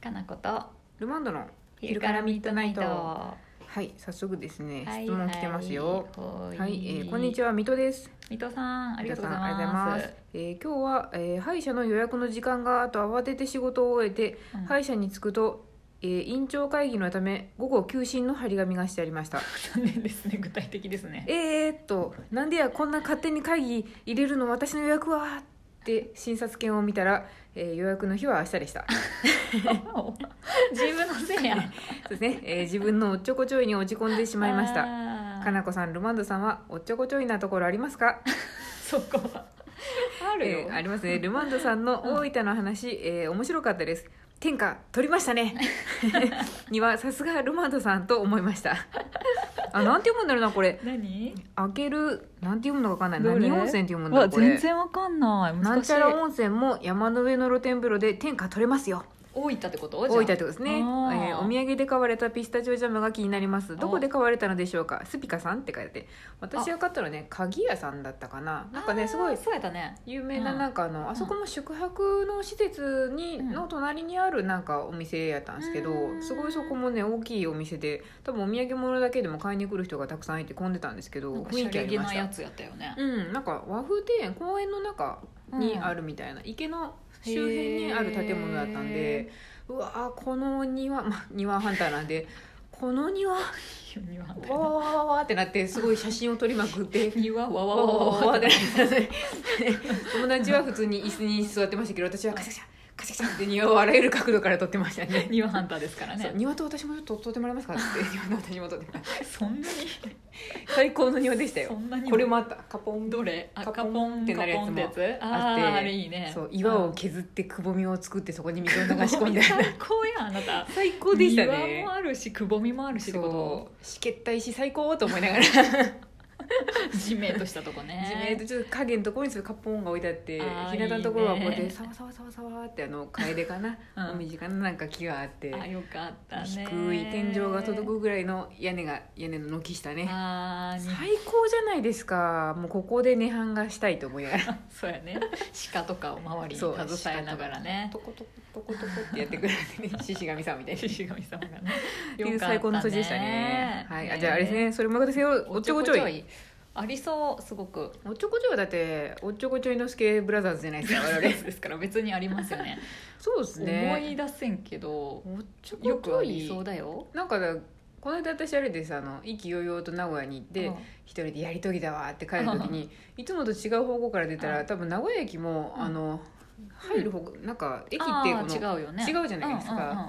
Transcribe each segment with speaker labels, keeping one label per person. Speaker 1: かなこと
Speaker 2: ルマンドの
Speaker 1: 昼からミッドナイトは
Speaker 2: はい早速ですね、
Speaker 1: い
Speaker 2: 質問来てますよ
Speaker 1: は
Speaker 2: はいい、えーこんにちは水戸です
Speaker 1: 水戸さんありがとうござい
Speaker 2: 皆さんあ
Speaker 1: ます
Speaker 2: りがとうございます、えー今日は、えー歯医者の予約の時間があと慌てて仕事を終えて、
Speaker 1: うん
Speaker 2: 歯医者に着くと、えー院長会議のため午後休診の張り紙がしてありました
Speaker 1: ですね具体的ですね
Speaker 2: えーっとなんでやこんな勝手に会議入れるの私の予約はって診察券を見たら、えー予約の日は明日 でした
Speaker 1: 自分のせいやし
Speaker 2: そうですね、えー自分のおっちょこちょいに落ち込んでしまいましたかなこさんルマンドさんはおっちょこちょいなところありますか
Speaker 1: そこはあるよ、
Speaker 2: えーあります ねルマンドさんの大分の話、えー面白かったです天下取りました ねにはさすがルマンドさんと思いましたあなんて読むんだろうなこれ
Speaker 1: 何
Speaker 2: 開けるなんて読むのかわかんな
Speaker 1: ど
Speaker 2: い
Speaker 1: れ
Speaker 2: 何温泉って読むん
Speaker 1: う
Speaker 2: だろ
Speaker 1: わ
Speaker 2: うこれ
Speaker 1: 全然わかんない
Speaker 2: なん
Speaker 1: 難し
Speaker 2: ち
Speaker 1: い
Speaker 2: ゃら温泉も山の上の露天風呂で天下取れますよ
Speaker 1: 大分ってこと
Speaker 2: 大分ってことですね、え
Speaker 1: あー
Speaker 2: ーお土産で買われたピスタチオジャムが気になりますどこで買われたのでしょうかスピカさんって書いてあって私が買ったのね鍵屋さんだったかななんかねすごい
Speaker 1: そうやったね
Speaker 2: 有名な
Speaker 1: うん
Speaker 2: なんかあの、あそこも宿泊の施設に、
Speaker 1: うん
Speaker 2: の隣にあるなんかお店やったんですけど、
Speaker 1: うん
Speaker 2: すごいそこもね大きいお店で多分お土産物だけでも買いに来る人がたくさんいて混んでたんですけど
Speaker 1: なんか
Speaker 2: 雰囲
Speaker 1: シ
Speaker 2: 気あ
Speaker 1: ャレ
Speaker 2: り
Speaker 1: げ
Speaker 2: ま
Speaker 1: な
Speaker 2: し
Speaker 1: や
Speaker 2: た
Speaker 1: つやったよね
Speaker 2: うんなんか和風庭園公園の中にあるみたいな、池の周辺にある建物だったんで
Speaker 1: へ
Speaker 2: うわーこの庭まあ庭ハンターなんでこの庭わ
Speaker 1: 庭みたい
Speaker 2: ーわ
Speaker 1: な
Speaker 2: ーわーわーってなってすごい写真を撮りまくって
Speaker 1: 庭わわ
Speaker 2: わ
Speaker 1: わわ
Speaker 2: わわ
Speaker 1: わ
Speaker 2: わ
Speaker 1: わ
Speaker 2: って友達は普通に椅子に座ってましたけど私はカシャカシャカシャカシャって庭をあらゆる角度から撮ってましたね
Speaker 1: 庭ハンターですから
Speaker 2: そ
Speaker 1: ね
Speaker 2: う庭と私もちょっと撮ってもらえますかって庭と私も撮ってもらって
Speaker 1: そんなに
Speaker 2: 最高の庭でしたよ
Speaker 1: そんなに
Speaker 2: これもあったカポン
Speaker 1: どれあ
Speaker 2: カ
Speaker 1: カ
Speaker 2: ポン
Speaker 1: ポン
Speaker 2: ってなるやつ
Speaker 1: カ
Speaker 2: も
Speaker 1: ポンってやつ
Speaker 2: あ
Speaker 1: あ
Speaker 2: って
Speaker 1: ーあれいいね
Speaker 2: そう岩を
Speaker 1: 切
Speaker 2: 削ってくぼみを作ってそこに水を流し込んだ
Speaker 1: 最高やんあなた
Speaker 2: 最高でしたね
Speaker 1: 庭もあるしくぼみもあるしってこ
Speaker 2: そうしけった石最高と思いながら地
Speaker 1: とじめっとしたとこね
Speaker 2: 面とちょっと影のところにそれカポンが置いてあって
Speaker 1: あー
Speaker 2: 日向のところはこうやっ
Speaker 1: いい
Speaker 2: て
Speaker 1: ね
Speaker 2: サワサワサワサワってあの楓かな、
Speaker 1: うん
Speaker 2: お身近ななんか木があって
Speaker 1: あよかったね
Speaker 2: 低い天井が届くぐらいの屋根が屋根の軒下ね
Speaker 1: あーに
Speaker 2: 最高じゃないですかもうここで涅槃がしたいと思いなが ら
Speaker 1: そうやね鹿とかを周りに携えながらね
Speaker 2: トコトコトコトコってやってくれて ね獅子神さんみたいに
Speaker 1: 獅子神様がね
Speaker 2: っていう最高の数字でしたねはいあじゃああれですねそれもよかったですよお
Speaker 1: お
Speaker 2: っ
Speaker 1: っ
Speaker 2: ち
Speaker 1: ち
Speaker 2: ょ
Speaker 1: ょ
Speaker 2: こ
Speaker 1: こ
Speaker 2: ち
Speaker 1: ち
Speaker 2: ょ
Speaker 1: ょ
Speaker 2: い
Speaker 1: いありそうすごく
Speaker 2: おっちょこちょいはだっておっちょこちょいのすけブラザーズじゃない ですか我々
Speaker 1: ですから 別にありますよね
Speaker 2: そうです
Speaker 1: 思い
Speaker 2: ね
Speaker 1: 出せんけど
Speaker 2: おっちょ
Speaker 1: よ
Speaker 2: こち
Speaker 1: く
Speaker 2: ょ
Speaker 1: あり
Speaker 2: い
Speaker 1: そうだよ
Speaker 2: なんかだこの間私あれですあの意気揚々と名古屋に行って、
Speaker 1: うん
Speaker 2: 一人でやり遂げたわって帰る時 にいつもと違う方向から出たら
Speaker 1: うん
Speaker 2: 多分名古屋駅も、
Speaker 1: うん
Speaker 2: あの入る方向なんか駅ってこ
Speaker 1: あー
Speaker 2: の
Speaker 1: 違うよね
Speaker 2: 違うじゃないですか
Speaker 1: うんうんうん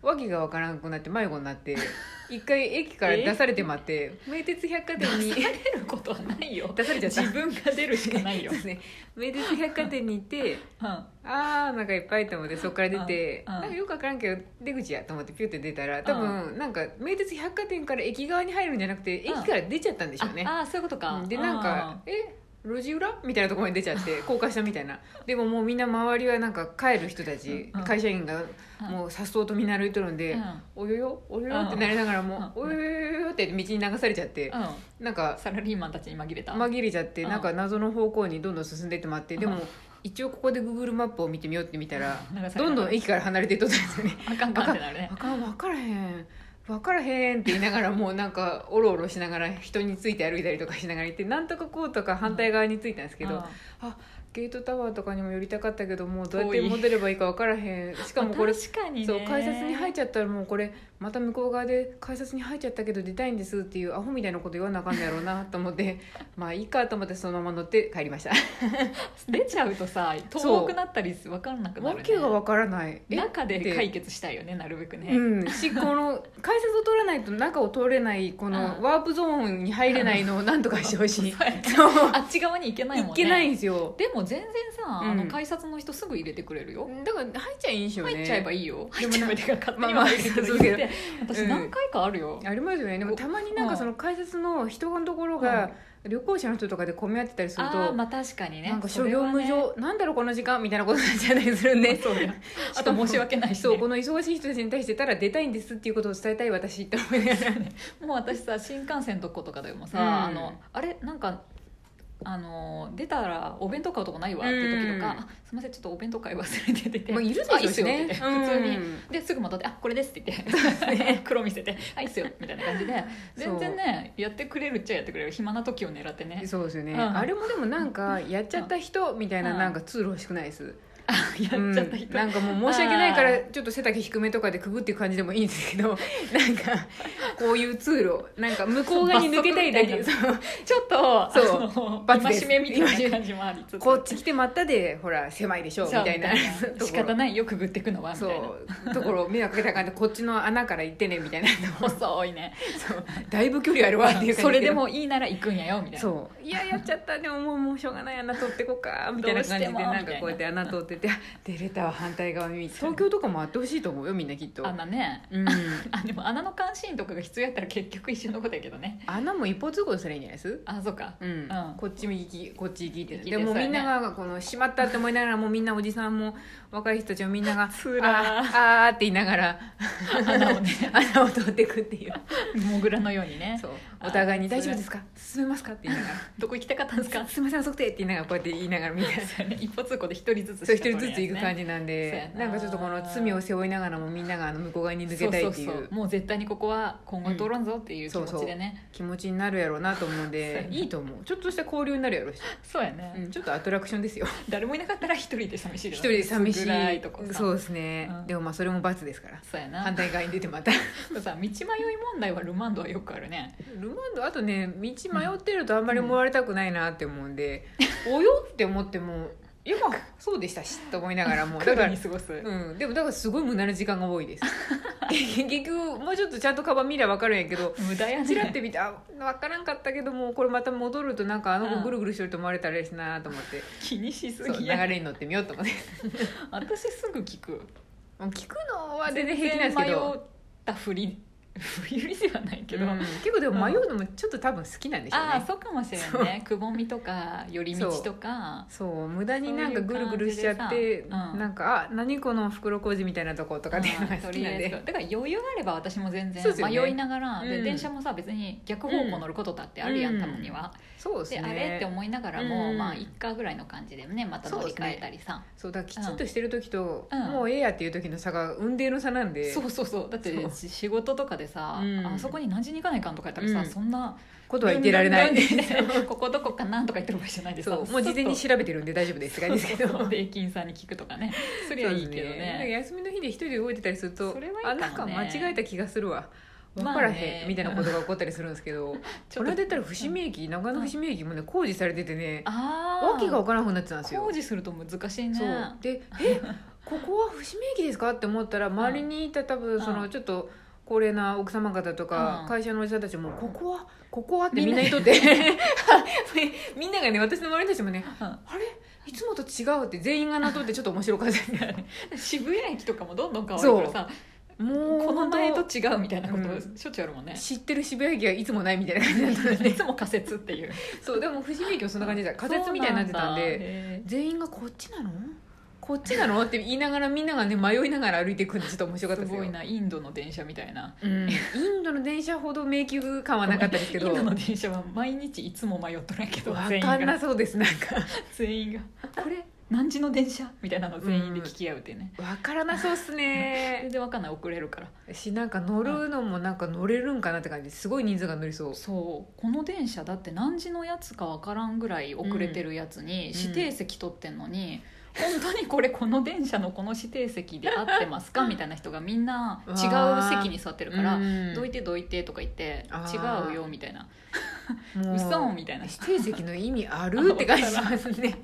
Speaker 2: 訳がわからなくなって迷子になって 一回駅から出されて待って名鉄百貨店 に
Speaker 1: 出ることはないよ
Speaker 2: 出されちゃった
Speaker 1: 自分が出るしかないよ
Speaker 2: そうで、すね 名鉄百貨店に行って
Speaker 1: うん
Speaker 2: あーなんかいっぱいと思ってそこから出て、
Speaker 1: うんうん
Speaker 2: なんかよくわからんけど出口やと思ってピュって出たら多分、なんか名鉄百貨店から駅側に入るんじゃなくて駅から出ちゃったんでしょうね、
Speaker 1: ああーそういうことか、
Speaker 2: でなんか「え路地裏?」みたいなところに出ちゃって高架下みたいなでももうみんな周りはなんか帰る人たち、
Speaker 1: うん
Speaker 2: 会社員が
Speaker 1: うん
Speaker 2: もうさっそうとみんな歩いとるんで
Speaker 1: う
Speaker 2: 「
Speaker 1: ん
Speaker 2: およよおよよ」ってなりながらも「
Speaker 1: うん
Speaker 2: およよよよよ」って道に流されちゃって、
Speaker 1: うん
Speaker 2: なんか
Speaker 1: サラリーマンたちに紛れた、
Speaker 2: 紛れちゃって、
Speaker 1: うん
Speaker 2: なんか謎の方向にどんどん進んでいってもらって、でも
Speaker 1: うん
Speaker 2: 一応ここで Google マップを見てみようって見たら、
Speaker 1: 流された
Speaker 2: どんどん駅から離れていっとったんですよね。
Speaker 1: あかんかんってなるね
Speaker 2: あかん分からへん分からへんって言いながらもうなんかおろおろしながら人について歩いたりとかしながら行ってなんとかこうとか反対側についたんですけど、
Speaker 1: うん
Speaker 2: あゲートタワーとかにも寄りたかったけどもうどうやって
Speaker 1: 遠い
Speaker 2: 戻ればいいか分からへんしかもこれ、
Speaker 1: まあ確かにね
Speaker 2: そう改札に入っ
Speaker 1: ゃ
Speaker 2: ちゃったらもうこれまた向こう側で改札に入っちゃったけど出たいんですっていうアホみたいなこと言わなあかんのやろうなと思ってまあいいかと思ってそのまま乗って帰り ました
Speaker 1: 出ちゃうとさ遠くなったり分かんなくな
Speaker 2: わ
Speaker 1: る、ね、
Speaker 2: けが分からないえ
Speaker 1: 中で解
Speaker 2: って
Speaker 1: 決したいよねなるべくね、
Speaker 2: うん、しこの改札を通らないと中を通れないこ
Speaker 1: う
Speaker 2: の
Speaker 1: ん
Speaker 2: ワープゾーンに入れないのをなんとかしてほしい
Speaker 1: そうやね
Speaker 2: そう
Speaker 1: あっち側に行けないもん
Speaker 2: 行
Speaker 1: ね
Speaker 2: け ないんですよ
Speaker 1: でも全然さ、
Speaker 2: うん
Speaker 1: あの改札の人すぐ入れてくれるよ、
Speaker 2: だから入っちゃいいんですよね
Speaker 1: 入っちゃえば
Speaker 2: い
Speaker 1: いいよ入
Speaker 2: で
Speaker 1: っ
Speaker 2: も
Speaker 1: ちゃ
Speaker 2: な
Speaker 1: えばいいから勝手に
Speaker 2: まあまあ
Speaker 1: 入れてくれる
Speaker 2: そうけど
Speaker 1: って私
Speaker 2: うん
Speaker 1: 何回かあるよ、
Speaker 2: ありますよねでも
Speaker 1: お
Speaker 2: たまになんかその改札の人のところが旅行者の人とかで混み合ってたりすると、
Speaker 1: あーまあ確かにね
Speaker 2: なんか
Speaker 1: そ
Speaker 2: 諸
Speaker 1: れ
Speaker 2: 行
Speaker 1: は
Speaker 2: 無
Speaker 1: ね
Speaker 2: 常、なんだろうこの時間みたいなことになっちゃったりするんで
Speaker 1: そうや あと申し訳ないし、
Speaker 2: そう
Speaker 1: ね、
Speaker 2: この忙しい人たちに対してたら出たいんですっていうことを伝えたい私っ て思いながら
Speaker 1: もう私さ新幹線のとことかでもさ、
Speaker 2: うん
Speaker 1: あのあれなんかあの出たらお弁当買うとこないわって時とか
Speaker 2: うん
Speaker 1: あ「すみませんちょっとお弁当買い忘れて」てて「
Speaker 2: もういるでしょ
Speaker 1: あ
Speaker 2: う
Speaker 1: いいっす
Speaker 2: し
Speaker 1: よ」っ
Speaker 2: ね
Speaker 1: て言って普通に
Speaker 2: うん
Speaker 1: ですぐまたって「あこれです」って言って 黒見せて「あいいっすよ」みたいな感じで全然ねやってくれるっちゃやってくれる暇な時を狙ってね
Speaker 2: そうですよね、
Speaker 1: うん
Speaker 2: あれもでもなんかやっちゃった人みたいな
Speaker 1: うん
Speaker 2: なんか通路欲しくないです、
Speaker 1: あ やっちゃった
Speaker 2: う
Speaker 1: 人
Speaker 2: ん、なんかもう申し訳ないからちょっと背丈低めとかでくぐっていう感じでもいいんですけどなん かこういう通路なんか向こう側に抜けたいだ け
Speaker 1: 罰
Speaker 2: そう
Speaker 1: ちょっと
Speaker 2: そう
Speaker 1: う
Speaker 2: 罰です
Speaker 1: 戒めみたいな感じもありつつ
Speaker 2: こっち来てまったでほら狭いでしょみ
Speaker 1: そう
Speaker 2: たいな
Speaker 1: みたい な仕方ないよくぐってくのはみ
Speaker 2: そ
Speaker 1: たいな
Speaker 2: うところ迷惑かけたらあかんでこっちの穴から行ってねみたいな
Speaker 1: 細いね
Speaker 2: そうだいぶ距離あるわっていう感じ
Speaker 1: それでもいいなら行くんやよみたいな
Speaker 2: そういややっちゃったでももうもうしょうがない穴取ってこっ かみたいな感じ
Speaker 1: ど
Speaker 2: で
Speaker 1: うしても
Speaker 2: なんかこうやって穴取っててあ出れたわ反対側見て東京とかもあってほしいと思うよみんなきっと
Speaker 1: 穴ね
Speaker 2: うん
Speaker 1: あでも穴の監視員とかが必要やったら結局一緒のことやけどね
Speaker 2: 穴も一方通行にすればいいんじゃないです
Speaker 1: あそうか
Speaker 2: うん
Speaker 1: うん
Speaker 2: こっち右行きこっち行きって
Speaker 1: 右
Speaker 2: で
Speaker 1: です
Speaker 2: も
Speaker 1: よね
Speaker 2: みんながこの閉まったって思いながらもうみんなおじさんも若い人たちもみんなが「あ
Speaker 1: つらー
Speaker 2: ーあー」って言いながら
Speaker 1: 穴をね
Speaker 2: 穴を通ってくって いう
Speaker 1: モグラのようにね
Speaker 2: そう
Speaker 1: あー
Speaker 2: お互いに「大丈夫ですか 進めますか?」って言いながら
Speaker 1: どこ行きたかったんですか
Speaker 2: 「すいません遅くて」って言いながらこうやって言いながらみんな
Speaker 1: そうね一歩通行で一人ずつ
Speaker 2: そう一人ずつ行く感
Speaker 1: じ
Speaker 2: じなん
Speaker 1: そう
Speaker 2: で
Speaker 1: や、な
Speaker 2: なんかちょっとこの罪を背負いながらもみんながあの向こう側に抜け
Speaker 1: そう
Speaker 2: たい
Speaker 1: そ
Speaker 2: っ
Speaker 1: う
Speaker 2: てい
Speaker 1: そう
Speaker 2: う
Speaker 1: もう絶対にここは今後通らんぞっていう気持ちでね
Speaker 2: 気持ちになるやろうなと思うん
Speaker 1: そうや
Speaker 2: で
Speaker 1: ない
Speaker 2: いと思うちょっとした交流になるやろうし、
Speaker 1: そうや
Speaker 2: う
Speaker 1: ね
Speaker 2: ん、ちょっとアトラクションですよ
Speaker 1: 誰もいなかったら一人で寂しい
Speaker 2: 一
Speaker 1: よね
Speaker 2: 人で寂しい
Speaker 1: 暗いとこさ
Speaker 2: そうですね、
Speaker 1: うん
Speaker 2: でもまあそれも罰ですから
Speaker 1: そうやな
Speaker 2: 反対側に出 てまた
Speaker 1: でもさ道迷い問題はルマンドはよくあるね
Speaker 2: ルマンドあとね道迷ってるとあんまり思われたくないなって思うんで、およって思ってもいやまあそうでしたしと思いなが らもうだ
Speaker 1: だ
Speaker 2: か
Speaker 1: から
Speaker 2: ら
Speaker 1: に過ごす
Speaker 2: うん、でもだからすごい無駄な時間が多 いです結局もうちょっとちゃんとカバン見りゃ分かるんやけど
Speaker 1: 無駄や
Speaker 2: ちらっ
Speaker 1: ね
Speaker 2: て見てあ分からんかったけどもこれまた戻るとなんかあの子ぐるぐるしてると思われたらあれやしなと 思って、
Speaker 1: 気にしす
Speaker 2: そう
Speaker 1: ぎ
Speaker 2: 流
Speaker 1: や
Speaker 2: れに乗ってみようと思って
Speaker 1: 私すぐ聞く
Speaker 2: もう聞くのは全 然平気なんですけ
Speaker 1: 全然迷
Speaker 2: ど、
Speaker 1: ったふりふりではないけど、
Speaker 2: うん結構でも迷うのもちょっと多分好きなんでしょうね、
Speaker 1: ああそうかもしれないねくぼみとか寄り道とか
Speaker 2: そう無駄になんかぐるぐるしちゃっ
Speaker 1: そうい
Speaker 2: て、
Speaker 1: う感じでさうん
Speaker 2: なんか「あ何この袋小路みたいなとことか」っていうのが
Speaker 1: うん
Speaker 2: 好
Speaker 1: と
Speaker 2: き
Speaker 1: り
Speaker 2: な
Speaker 1: あ
Speaker 2: ん
Speaker 1: えず
Speaker 2: で、
Speaker 1: だから余裕があれば私も全然
Speaker 2: そうですよね
Speaker 1: 迷いながら、
Speaker 2: う
Speaker 1: で
Speaker 2: ん
Speaker 1: 電車もさ別に逆方向乗ることだってあるやん、
Speaker 2: うん
Speaker 1: たまには、
Speaker 2: そうです
Speaker 1: で
Speaker 2: ね
Speaker 1: あれって思いながらも、
Speaker 2: うん
Speaker 1: まあ一回ぐらいの感じでねまた乗り換えたりさ
Speaker 2: そうだからきちんとしてる時と、
Speaker 1: うん
Speaker 2: もうええやっていう時の差が運命の差なん
Speaker 1: そう,、
Speaker 2: で、
Speaker 1: そうそうだって
Speaker 2: そう
Speaker 1: し仕事とかでさ、
Speaker 2: うん
Speaker 1: あそこに何時に行かないかんとか言ったらさ、
Speaker 2: うん
Speaker 1: そんな
Speaker 2: ことは言ってられない
Speaker 1: ルンルンルンルンって ここどこかなとか言ってる場合じゃないです
Speaker 2: そうもう事前に調べてるんで大丈夫ですがいいですけど
Speaker 1: 税金さんに聞くとかねすりゃいいけど
Speaker 2: そうですね
Speaker 1: ね
Speaker 2: 休みの日で一人で動いてたりすると
Speaker 1: それはいい
Speaker 2: あ
Speaker 1: かもね
Speaker 2: なんか間違えた気がするわ分
Speaker 1: まあね
Speaker 2: からへん、みたいなことが起こったりするんですけど
Speaker 1: ち
Speaker 2: こ
Speaker 1: ょっ
Speaker 2: れ
Speaker 1: と
Speaker 2: で言ったら伏見駅長野伏見駅もね工事されててね
Speaker 1: ああ
Speaker 2: 訳が分からなくなってたんですよ
Speaker 1: 工事すると難しいね
Speaker 2: そうで「えここは伏見駅ですか?」って思ったら周りにいた多分そうの
Speaker 1: ん
Speaker 2: ちょっと高齢な奥様方とか
Speaker 1: うん
Speaker 2: 会社のおじさんたちも「ここはここは?」ってみ
Speaker 1: み
Speaker 2: ん
Speaker 1: ん
Speaker 2: な
Speaker 1: な
Speaker 2: にとって みんながね私の周りの人たちもね「
Speaker 1: うん
Speaker 2: あれいつもと違う」って全員がなとってちょっと面白かったですね
Speaker 1: 渋谷駅とかもどんどん変わるからさ
Speaker 2: もう
Speaker 1: この前と
Speaker 2: 本
Speaker 1: 違うみたいなこ
Speaker 2: うん
Speaker 1: としょっちゅうあるもんね
Speaker 2: 当、知ってる渋谷駅はいつもないみたいな感じだったので
Speaker 1: いつも仮説っていう
Speaker 2: そうでも伏見駅もそんな感じで仮説みたいになってたんで
Speaker 1: で
Speaker 2: 全員がこっちなのこっちなのって言いながらみんながね迷いながら歩いていくんでちょっと面白かった
Speaker 1: す
Speaker 2: ですよ
Speaker 1: ごいなインドの電車みたいな
Speaker 2: うん、インドの電車ほど迷宮感はなかったですけ
Speaker 1: イ
Speaker 2: ど
Speaker 1: ンドの電車は毎日いつも迷っとるんやけど全
Speaker 2: 分
Speaker 1: 員
Speaker 2: かんな
Speaker 1: が
Speaker 2: そうですなんか
Speaker 1: 全員がこれ何時の電車みたいなの全員で聞き合うってね
Speaker 2: 分からなそうっす
Speaker 1: 全
Speaker 2: ね
Speaker 1: 然わかんない遅れるから
Speaker 2: しなんか乗るのもなんか乗れるんかなって感じすごい人数が乗りそう
Speaker 1: そうこの電車だって何時のやつかわからんぐらい遅れてるやつに指定席取ってんのに、本当にこれこの電車のこの指定席で合ってますかみたいな人がみんな違う席に座ってるから「どい
Speaker 2: て
Speaker 1: てどいて」とか言って
Speaker 2: あ
Speaker 1: 「違
Speaker 2: ー
Speaker 1: うよ」みたいな「
Speaker 2: も
Speaker 1: 嘘」みたいな
Speaker 2: 指定席の意味あるって感じしますね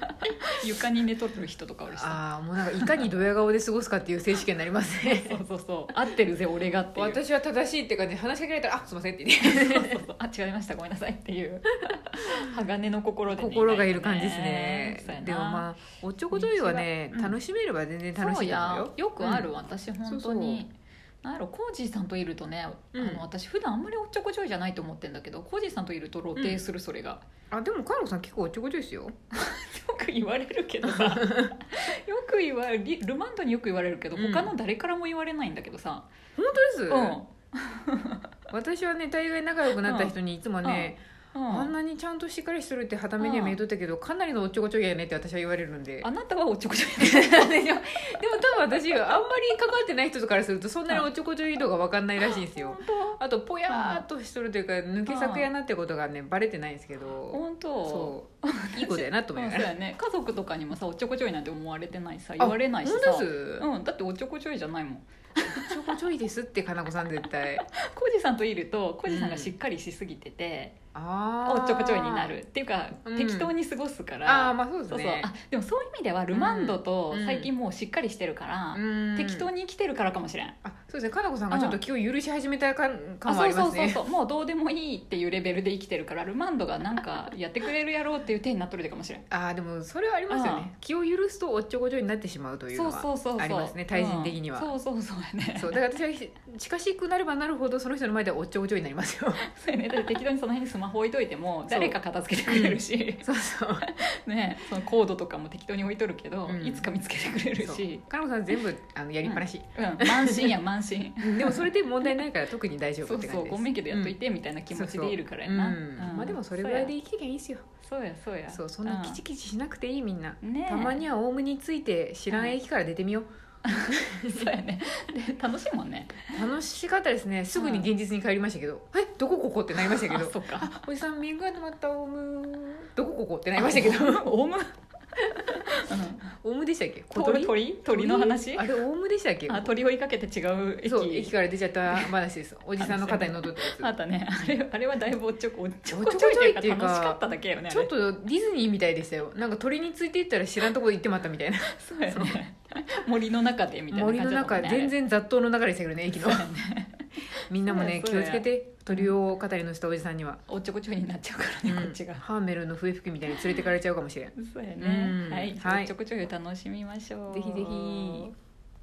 Speaker 1: 床に寝とる人とかおるしさ
Speaker 2: ああもうなんかいかにドヤ顔で過ごすかっていう選手権になります ね
Speaker 1: そうそうそう合ってるぜ俺がっていう
Speaker 2: 私は正しいって感じで話しかけられたら「あすいません」って言って
Speaker 1: そうそう そうあ違いましたごめんなさいっていう 鋼の心でね、
Speaker 2: 心がいる感じですね
Speaker 1: そうやな
Speaker 2: でもまあおっちょこちょいはね、
Speaker 1: 道はうん
Speaker 2: 楽しめれば全然楽
Speaker 1: そ
Speaker 2: し
Speaker 1: う
Speaker 2: いと思
Speaker 1: や
Speaker 2: うよ
Speaker 1: よくある、
Speaker 2: うん
Speaker 1: 私
Speaker 2: そう
Speaker 1: 本
Speaker 2: そう
Speaker 1: 当になんやろコージーさんといるとね、
Speaker 2: うん
Speaker 1: あの私普段あんまりおっちょこちょいじゃないと思ってんだけどコージーさんといると露呈するそれが、
Speaker 2: あでもカノさん結構おっちょこちょいですよ
Speaker 1: よく言われるけど さよく言われリルマンドによく言われるけど
Speaker 2: うん
Speaker 1: 他の誰からも言われないんだけどさ、
Speaker 2: 本当です、
Speaker 1: うん
Speaker 2: 私はね大概仲良くなった人にいつもね、
Speaker 1: うん
Speaker 2: あんなにちゃんとしっかりするっては目には見えとったけど、かなりのおっちょこちょいやねって私は言われるんで
Speaker 1: あなたはおっちょこちょい
Speaker 2: で もでも多分私あんまり関わってない人からするとそんなにおっちょこちょい度が分かんないらしいんですよあとぽやーっとしとるというか抜け作やなってことがねバレてないんですけど
Speaker 1: 本当
Speaker 2: そういいことやなと思い
Speaker 1: うん
Speaker 2: な
Speaker 1: そ
Speaker 2: が
Speaker 1: う
Speaker 2: ら
Speaker 1: や ね家族とかにもさおっちょこちょいなんて思われてないさ
Speaker 2: あ
Speaker 1: 言われないしさ
Speaker 2: 本当です
Speaker 1: うん、だっておっちょこちょいじゃないもん
Speaker 2: おっちょこちょいですってかなこさん絶対
Speaker 1: コージさんといるとコージさんがしっかりしすぎてて、
Speaker 2: あ
Speaker 1: お
Speaker 2: あ
Speaker 1: っちょこちょいになるっていうか、
Speaker 2: うん
Speaker 1: 適当に過ごすか
Speaker 2: あ
Speaker 1: ら
Speaker 2: あまあそうです
Speaker 1: そうそう
Speaker 2: ね
Speaker 1: あでもそういう意味ではルマンドと
Speaker 2: うん
Speaker 1: 最近もうしっかりしてるから、
Speaker 2: うん
Speaker 1: 適当に生きてるからかもしれん、
Speaker 2: あそうですねかなこさんがちょっと気を許し始めた感感はあり
Speaker 1: そ
Speaker 2: ま
Speaker 1: う
Speaker 2: す
Speaker 1: そう
Speaker 2: ね
Speaker 1: そうそうもうどうでもいいっていうレベルで生きてるからルマンドがなんかやってくれるやろうっていう手になっとるでかもしれん
Speaker 2: ああでもそれはありますよね気を許すとおっちょこちょいになってしまうという
Speaker 1: そ
Speaker 2: の
Speaker 1: う
Speaker 2: は
Speaker 1: そうそうそう
Speaker 2: ありますね対人的には
Speaker 1: うんそうそうそうやね
Speaker 2: そうだから私はひ近しくなればなるほどその人の前ではおっちょこちょいになりますよ
Speaker 1: そうやねだって適当にその辺にスマホ置いといても誰か片付けてくれるし、
Speaker 2: そう そ う
Speaker 1: ねそのコードとかも適当に置いとるけど、
Speaker 2: うん
Speaker 1: いつか見つけてくれるし
Speaker 2: かなこさん全部あのやりっぱなし、
Speaker 1: うん満身や満 身
Speaker 2: でもそれで問題ないから特に大丈
Speaker 1: そ
Speaker 2: 夫っ
Speaker 1: う
Speaker 2: て
Speaker 1: そ
Speaker 2: 感
Speaker 1: う
Speaker 2: じです
Speaker 1: ごめんけどやっといてみたいな気持ちでいるからやな、
Speaker 2: そうそううんまあでもそれぐらいで生きてりゃいいですよ
Speaker 1: そうやそうや
Speaker 2: そうそんなキチキチしなくていいみんな、
Speaker 1: うんねえ
Speaker 2: たまにはオウムについて知らん駅から出てみよ う、
Speaker 1: そうやねで楽しいもんね
Speaker 2: 楽しかったですねすぐに現実に帰りましたけど、えどこここってなりましたけ
Speaker 1: あ
Speaker 2: ど
Speaker 1: そっか
Speaker 2: おじさん面が止まったオウムどこここってなりました けど
Speaker 1: オウ ム
Speaker 2: オウムでしたっけ小
Speaker 1: 鳥
Speaker 2: 鳥
Speaker 1: 鳥鳥の話
Speaker 2: あれオウムでしたっけ
Speaker 1: あ鳥追いかけて違う駅
Speaker 2: そう駅から出ちゃった話ですおじさんの肩に乗っとった
Speaker 1: あ
Speaker 2: や
Speaker 1: ったねあれあれはだいぶおっちょこおっちょこ
Speaker 2: おっ
Speaker 1: ち
Speaker 2: ちょ
Speaker 1: ょ
Speaker 2: こちょ
Speaker 1: い
Speaker 2: い
Speaker 1: っ
Speaker 2: ってて
Speaker 1: い
Speaker 2: いうう
Speaker 1: か
Speaker 2: か
Speaker 1: 楽しかっただけよねあ
Speaker 2: つちょ
Speaker 1: れ
Speaker 2: っとディズニーみたいでしたよなんか鳥についていったら知らんとこ行ってまったみたいな
Speaker 1: そうやね森の中でみたいな感
Speaker 2: 森
Speaker 1: じだ
Speaker 2: の
Speaker 1: ったも
Speaker 2: 中
Speaker 1: んね
Speaker 2: 全然雑踏の中でしたけどね駅の
Speaker 1: そうやね
Speaker 2: みんなもね
Speaker 1: そう
Speaker 2: 気
Speaker 1: や
Speaker 2: をつけて鳥を肩に乗せたおじさんには、
Speaker 1: おっちょこちょいになっちゃうからねこっち
Speaker 2: うん
Speaker 1: が
Speaker 2: ハーメルの笛吹きみたいに連れてかれちゃうかもしれん
Speaker 1: そうや
Speaker 2: う
Speaker 1: ね
Speaker 2: ん
Speaker 1: はい
Speaker 2: はい
Speaker 1: おっちょこちょいを楽しみましょう
Speaker 2: ぜひぜひ